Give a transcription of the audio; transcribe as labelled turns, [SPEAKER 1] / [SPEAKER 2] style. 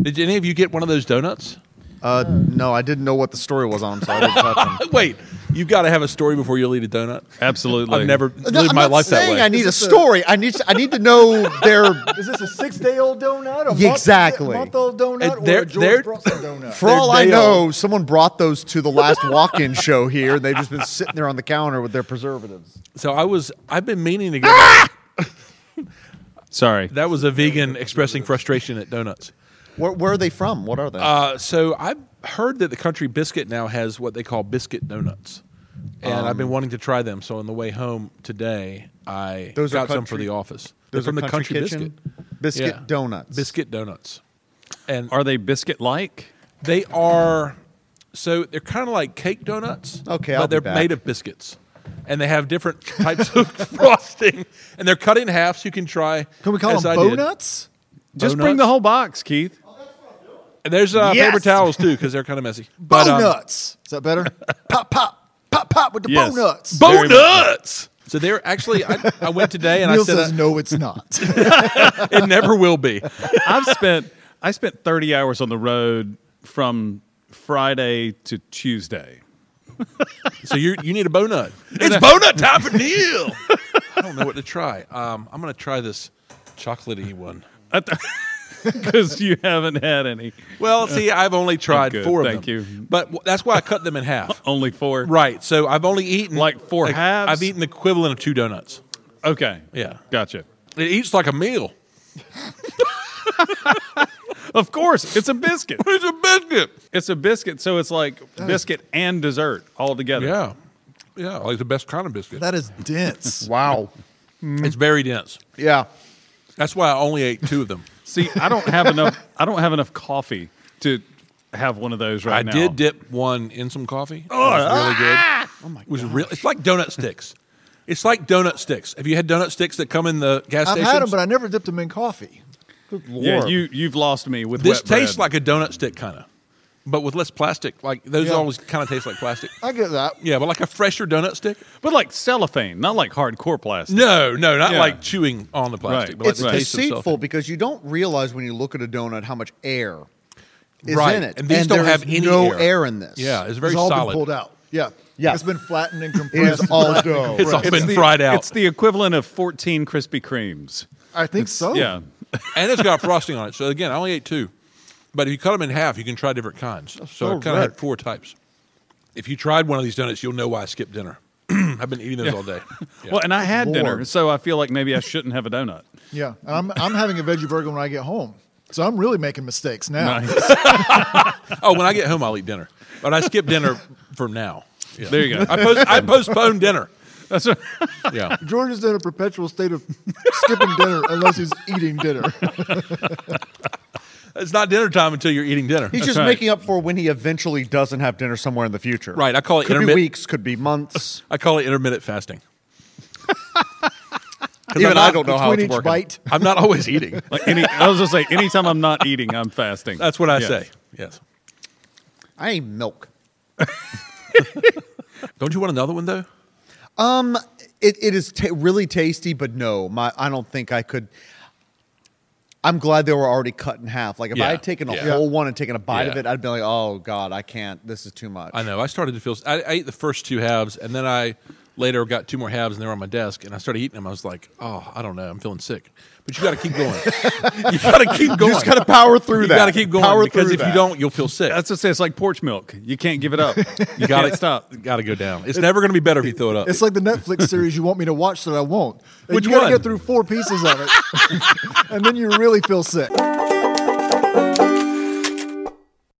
[SPEAKER 1] Did any of you get one of those donuts?
[SPEAKER 2] Uh, no, I didn't know what the story was on them, so I didn't touch them.
[SPEAKER 1] Wait, you've got to have a story before you'll eat a donut.
[SPEAKER 3] Absolutely.
[SPEAKER 1] I've never
[SPEAKER 2] No,
[SPEAKER 1] lived
[SPEAKER 2] I'm
[SPEAKER 1] my
[SPEAKER 2] not
[SPEAKER 1] life that
[SPEAKER 2] saying
[SPEAKER 1] way.
[SPEAKER 2] I need a story. I need to, I need to know their
[SPEAKER 4] Is this a six-day-old donut? A
[SPEAKER 2] Yeah, exactly.
[SPEAKER 4] Month, month-old donut
[SPEAKER 1] And they're-
[SPEAKER 4] or a George
[SPEAKER 1] they're-
[SPEAKER 4] Brunson donut?
[SPEAKER 2] For all I
[SPEAKER 1] day
[SPEAKER 2] know, someone brought those to the last walk-in show here, and they've just been sitting there on the counter with their preservatives.
[SPEAKER 1] so I was. I've been meaning to get.
[SPEAKER 2] Ah!
[SPEAKER 3] Sorry.
[SPEAKER 1] That was a vegan expressing frustration at donuts.
[SPEAKER 2] Where, where are they from? What are they?
[SPEAKER 1] Uh, so I've heard that the Country Biscuit now has what they call biscuit donuts, and I've
[SPEAKER 2] Um,
[SPEAKER 1] been wanting to try them. So on the way home today, I
[SPEAKER 2] Those are
[SPEAKER 1] got some for
[SPEAKER 2] country-
[SPEAKER 1] the office. They're
[SPEAKER 2] Those
[SPEAKER 1] from
[SPEAKER 2] are
[SPEAKER 1] the Country
[SPEAKER 2] Kitchen?
[SPEAKER 1] Biscuit.
[SPEAKER 2] biscuit
[SPEAKER 1] Yeah.
[SPEAKER 2] donuts.
[SPEAKER 1] Biscuit donuts, and
[SPEAKER 3] Are they biscuit like?
[SPEAKER 1] they are so they're kind of like cake donuts.
[SPEAKER 2] Okay,
[SPEAKER 1] but
[SPEAKER 2] I'll be
[SPEAKER 1] they're
[SPEAKER 2] back.
[SPEAKER 1] made of biscuits, and they have different types of frosting, and they're cut in half. So you can try.
[SPEAKER 4] Can we call
[SPEAKER 1] as
[SPEAKER 4] them
[SPEAKER 1] I did.
[SPEAKER 4] bonuts?
[SPEAKER 3] Just bring
[SPEAKER 1] Bonuts?
[SPEAKER 3] the whole box, Keith.
[SPEAKER 1] And there's uh,
[SPEAKER 4] Yes!
[SPEAKER 1] paper towels too because they're kind of messy. But um,
[SPEAKER 4] Bonuts. Is that better? pop, pop, pop, pop with the
[SPEAKER 3] Yes.
[SPEAKER 4] bonuts.
[SPEAKER 3] Bo- Very much
[SPEAKER 1] Bonuts. So they're actually. I, I went today and
[SPEAKER 4] Neil
[SPEAKER 1] I said
[SPEAKER 4] says
[SPEAKER 1] uh,
[SPEAKER 4] no, it's not.
[SPEAKER 1] it never will be.
[SPEAKER 3] I've spent I spent 30 hours on the road from Friday to Tuesday.
[SPEAKER 1] So you you need a bonut. It's bonut time for Neil. I don't know what to try. Um, I'm gonna try this chocolatey one.
[SPEAKER 3] Because you haven't had any.
[SPEAKER 1] Well, see, I've only tried
[SPEAKER 3] good.
[SPEAKER 1] four of
[SPEAKER 3] Thank
[SPEAKER 1] them.
[SPEAKER 3] you.
[SPEAKER 1] But w- that's why I cut them in half.
[SPEAKER 3] Only four.
[SPEAKER 1] Right. So I've only eaten
[SPEAKER 3] Like four halves?
[SPEAKER 1] I've eaten the equivalent of two donuts.
[SPEAKER 3] Okay.
[SPEAKER 1] Yeah.
[SPEAKER 3] Gotcha.
[SPEAKER 1] It eats like a meal.
[SPEAKER 3] Of course, it's a biscuit.
[SPEAKER 1] It's a biscuit.
[SPEAKER 3] It's a biscuit, so it's like biscuit and dessert all together.
[SPEAKER 1] Yeah. Yeah, like the best kind of biscuit.
[SPEAKER 4] that is dense.
[SPEAKER 2] wow.
[SPEAKER 1] It's very dense.
[SPEAKER 2] Yeah.
[SPEAKER 1] That's why I only ate two of them.
[SPEAKER 3] See, I don't have enough. I don't have enough coffee to have one of those right
[SPEAKER 1] I
[SPEAKER 3] now.
[SPEAKER 1] did dip one in some coffee. Oh, really good. Oh my god, was real. It's like donut sticks. It's like donut sticks. Have you had donut sticks that come in the gas
[SPEAKER 4] I've
[SPEAKER 1] station?
[SPEAKER 4] had them, but I never dipped them in coffee.
[SPEAKER 3] Yeah,
[SPEAKER 2] Lord.
[SPEAKER 3] you you've lost me with
[SPEAKER 1] this
[SPEAKER 3] wet bread.
[SPEAKER 1] tastes like a donut stick kind of, but with less plastic. Like those
[SPEAKER 4] Yeah.
[SPEAKER 1] always kind of taste like plastic.
[SPEAKER 4] I get that.
[SPEAKER 1] Yeah, but like a fresher donut stick.
[SPEAKER 3] but like cellophane, not like hardcore plastic.
[SPEAKER 1] No, no, not
[SPEAKER 3] Yeah.
[SPEAKER 1] like chewing on the plastic.
[SPEAKER 3] Right.
[SPEAKER 1] But like
[SPEAKER 2] It's
[SPEAKER 1] the taste of
[SPEAKER 2] deceitful
[SPEAKER 1] cellophane.
[SPEAKER 2] because you don't realize when you look at a donut how much air is
[SPEAKER 1] Right.
[SPEAKER 2] in it.
[SPEAKER 1] And these don't
[SPEAKER 2] there
[SPEAKER 1] have
[SPEAKER 2] is
[SPEAKER 1] any
[SPEAKER 2] no
[SPEAKER 1] air.
[SPEAKER 2] air. in this.
[SPEAKER 1] Yeah, it's very
[SPEAKER 4] it's all
[SPEAKER 1] solid.
[SPEAKER 4] been pulled out. Yeah.
[SPEAKER 2] Yeah.
[SPEAKER 4] It's been flattened and
[SPEAKER 2] It
[SPEAKER 4] compressed.
[SPEAKER 2] is all dough.
[SPEAKER 1] It's all
[SPEAKER 3] It's
[SPEAKER 1] been
[SPEAKER 3] the-
[SPEAKER 1] fried out,
[SPEAKER 3] It's the equivalent of fourteen Krispy Kremes.
[SPEAKER 4] I think so.
[SPEAKER 3] Yeah,
[SPEAKER 1] and it's got frosting on it. So again, I only ate two. But if you cut them in half, you can try different kinds. So, I
[SPEAKER 2] so
[SPEAKER 1] kind of had
[SPEAKER 2] right.
[SPEAKER 1] four types. If you tried one of these donuts, you'll know why I skipped dinner. I've been eating those all day. Yeah.
[SPEAKER 3] Well, and I had dinner,
[SPEAKER 2] Lord.
[SPEAKER 3] so I feel like maybe I shouldn't have a donut.
[SPEAKER 4] Yeah. And I'm, I'm having a veggie burger when I get home. So I'm really making mistakes now.
[SPEAKER 3] Nice.
[SPEAKER 1] Oh, when I get home, I'll eat dinner. But I skip dinner for now. Yeah.
[SPEAKER 3] There you go.
[SPEAKER 1] I, post- I postponed dinner.
[SPEAKER 3] That's what,
[SPEAKER 1] Yeah.
[SPEAKER 4] George is in a perpetual state of skipping dinner unless he's eating dinner.
[SPEAKER 1] It's not dinner time until you're eating dinner.
[SPEAKER 2] He's just
[SPEAKER 3] right.
[SPEAKER 2] making up for when he eventually doesn't have dinner somewhere in the future.
[SPEAKER 1] Right, I call it
[SPEAKER 2] could
[SPEAKER 1] intermit-
[SPEAKER 2] be weeks, could be months.
[SPEAKER 1] I call it intermittent fasting. 'Cause
[SPEAKER 2] Even
[SPEAKER 1] I'm
[SPEAKER 2] I
[SPEAKER 1] not-
[SPEAKER 2] don't know how
[SPEAKER 4] Between
[SPEAKER 2] it's
[SPEAKER 4] each
[SPEAKER 2] working.
[SPEAKER 4] bite.
[SPEAKER 1] I'm not always eating.
[SPEAKER 3] like any, I was just say, anytime I'm not eating, I'm fasting.
[SPEAKER 1] That's what I
[SPEAKER 3] Yes.
[SPEAKER 1] say. Yes.
[SPEAKER 2] I ain't milk.
[SPEAKER 1] Don't you want another one though?
[SPEAKER 2] Um, It, it is ta really tasty, but no, my I don't think I could. I'm glad they were already cut in half. Like if
[SPEAKER 1] Yeah,
[SPEAKER 2] I had taken a
[SPEAKER 1] yeah.
[SPEAKER 2] whole one and taken a bite of
[SPEAKER 1] Yeah.
[SPEAKER 2] it, I'd be like, "Oh God, I can't. This is too much."
[SPEAKER 1] I know. I started to feel. I, I ate the first two halves, and then I later got two more halves, and they were on my desk. And I started eating them. I was like, "Oh, I don't know. I'm feeling sick." But you got to keep going. you got to keep going.
[SPEAKER 2] You just got to power through
[SPEAKER 1] You
[SPEAKER 2] that.
[SPEAKER 1] got to keep going
[SPEAKER 2] Power
[SPEAKER 1] because
[SPEAKER 2] through
[SPEAKER 1] if you
[SPEAKER 2] that.
[SPEAKER 1] don't, you'll feel sick.
[SPEAKER 3] That's what I say. It's like porch milk. You can't give it up. You
[SPEAKER 1] gotta-
[SPEAKER 3] got to stop.
[SPEAKER 1] Got to go down. It's never going to be better if you throw it up.
[SPEAKER 4] It's like the Netflix series you want me to watch that I won't. And
[SPEAKER 1] Which
[SPEAKER 4] you gotta
[SPEAKER 1] one?
[SPEAKER 4] get through four pieces of it. and then you really feel sick.